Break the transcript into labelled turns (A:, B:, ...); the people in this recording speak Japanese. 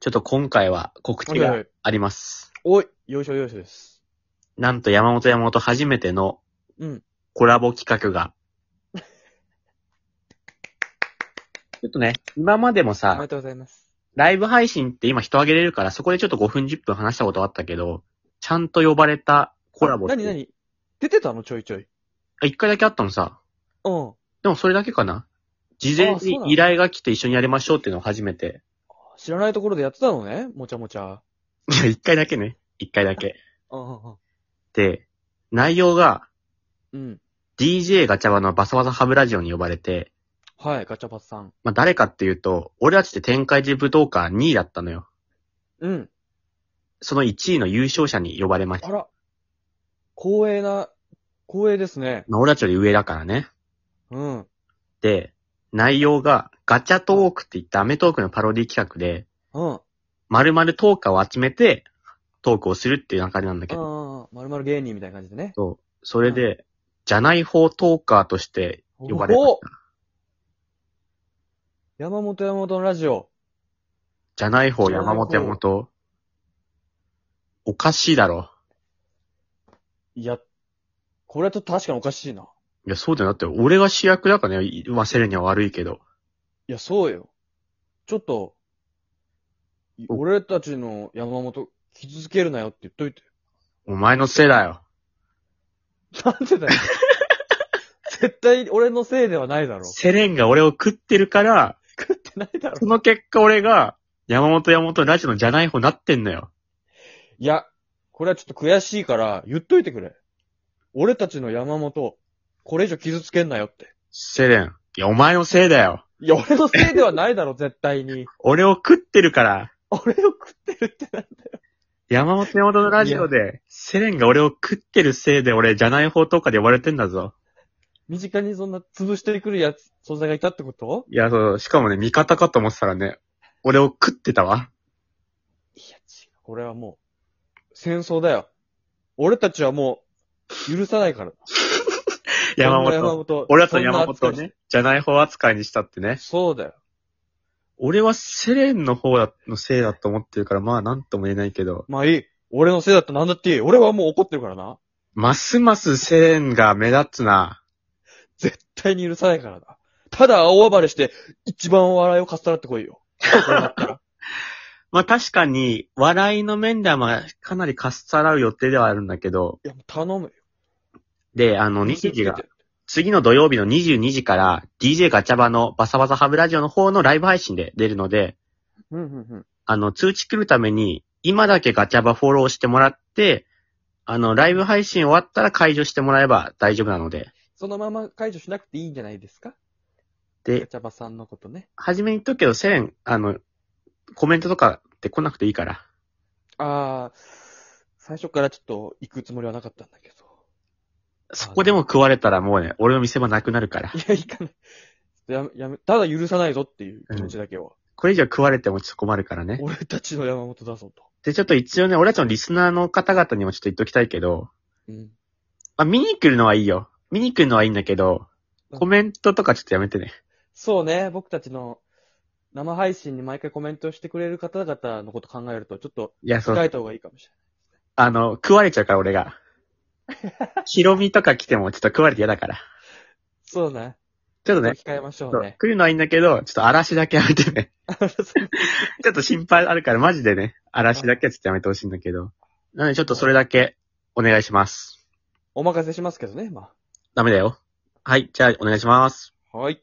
A: ちょっと今回は告知
B: はいは
A: が
B: い
A: あります。
B: おい、よいしょよいしょです。
A: なんと山本山本初めての
B: うん。
A: コラボ企画 が。ちょっとね、今までも
B: おめで
A: さ、
B: とうございます。
A: ライブ配信って今人あげれるから、そこでちょっと5分10分話したことあったけど、ちゃんと呼ばれたコラボって。
B: なになに出てたのちょいちょい。
A: あ一回だけあったのさ。
B: うん。
A: でもそれだけかな事前
B: あそうなの
A: に依頼が来て一緒にやりましょうっていうのを初めて。
B: 知らないところでやってたのねもちゃもちゃ。
A: いや、一回だけね。一回だけ。
B: うんうんうん。
A: で、内容が
B: うん。
A: DJ ガチャバのバサバサハブラジオに呼ばれて、
B: はい、ガチャパスさん。
A: まあ誰かっていうと、俺たちって天界寺武道館2位だったのよ。
B: うん。
A: その1位の優勝者に呼ばれました
B: あ。ら。光栄な、光栄ですね。
A: まあ俺たちより上だからね。
B: うん。
A: で、内容がガチャトークって言ったアメトークのパロディ企画で、
B: うん。
A: 丸々トーカーを集めてトークをするっていう流れなんだけど、
B: ああ、まるまる芸人みたいな感じでね。
A: そうそれで、じゃない方トーカーとして呼ばれまし
B: おお
A: た。
B: 山本山本のラジオ。
A: じゃない方
B: じゃない方
A: 山本山本。おかしいだろ。
B: いや、これはちょっと確かにおかしいな。
A: いや、そうだよ。だって、俺が主役だからね、言わせるには悪いけど。
B: いや、そうよ。ちょっと、い
A: お
B: 俺たちの山本、傷つけるなよって言っといて。
A: お前のせいだよ。
B: なんでだ よ。絶対俺のせいではないだろ。
A: セレンが俺を食ってるから、
B: 食ってないだ ろ。
A: その結果俺が、山本山本ラジオのじゃない方になってんのよ。
B: いや、これはちょっと悔しいから、言っといてくれ。俺たちの山本、これ以上傷つけんなよって。
A: セレン。いや、お前のせいだよ。
B: いや、俺のせいではないだろ、絶対に。
A: 俺を食ってるから、
B: 俺を食ってるってなんだ
A: 山本山本のラジオで、セレンが俺を食ってるせいで俺、じゃない方とかで呼ばれてんだぞ。
B: 身近にそんな潰してくるやつ、存在がいたってこと
A: いや、そう、しかもね、味方かと思ってたらね、俺を食ってたわ。
B: いや、違う。これはもう、戦争だよ。俺たちはもう、許さないから。
A: 山
B: そんな山
A: 本。
B: 本。
A: 俺らと山
B: そ
A: 本
B: んな
A: を
B: 扱いし
A: ね、じゃない方扱いにしたってね
B: て。そうだよ。
A: 俺はセレンの方のせいだと思ってるから、まあなんとも言えないけど、
B: まあいい。俺のせいだったらなんだっていい。俺はもう怒ってるからな。
A: ますますセレンが目立つな。
B: 絶対に許さないからな。ただ大暴れして、一番お笑いをかっさらってこいよ。そうなったら
A: まあ確かに、笑いの面ではまあかなりかっさらう予定ではあるんだけど、
B: いや、もう頼むよ。
A: で、あの、日時が、次の土曜日の22時から、DJ ガチャバのバサバサハブラジオの方のライブ配信で出るので、
B: うんうんうん。
A: あの、通知来るために、今だけガチャバフォローしてもらって、あの、ライブ配信終わったら解除してもらえば大丈夫なので。
B: そのまま解除しなくていいんじゃないですかガ
A: で、
B: チャバさんのことね。
A: はじめに言っとくけど、セレン、あの、コメントとかって来なくていいから。
B: あー、最初からちょっと行くつもりはなかったんだけど。
A: そこでも食われたらもうね、俺の店はなくなるから
B: い。や、行かない。やめ、やめ、ただ許さないぞっていう気持ちだけは。
A: これ以上食われてもちょっと困るからね。
B: 俺たちの山本だぞと。
A: で、ちょっと一応ね、俺たちのリスナーの方々にもちょっと言っときたいけど、
B: うん。
A: まあ、見に来るのはいいよ。見に来るのはいいんだけど、
B: うん
A: コメントとかちょっとやめてね。
B: そうね、僕たちの生配信に毎回コメントしてくれる方々のこと考えると、ちょっと
A: いや、そう
B: 控、えた方がいいかもしれない。
A: あの、食われちゃうから俺が。ヒロミとか来てもちょっと食われて嫌だから。
B: そうね。
A: ちょっとね、
B: 控えましょ
A: そうう
B: ね。
A: 来るのはいいんだけど、ちょっと嵐だけやめてね。 ちょっと心配あるから、マジでね、嵐だけはちょっとやめてほしいんだけど。なので、ちょっとそれだけ、お願いします。
B: お任せしますけどね、ま
A: ダメだよ。はい、じゃあ、お願いします。
B: あ。はい。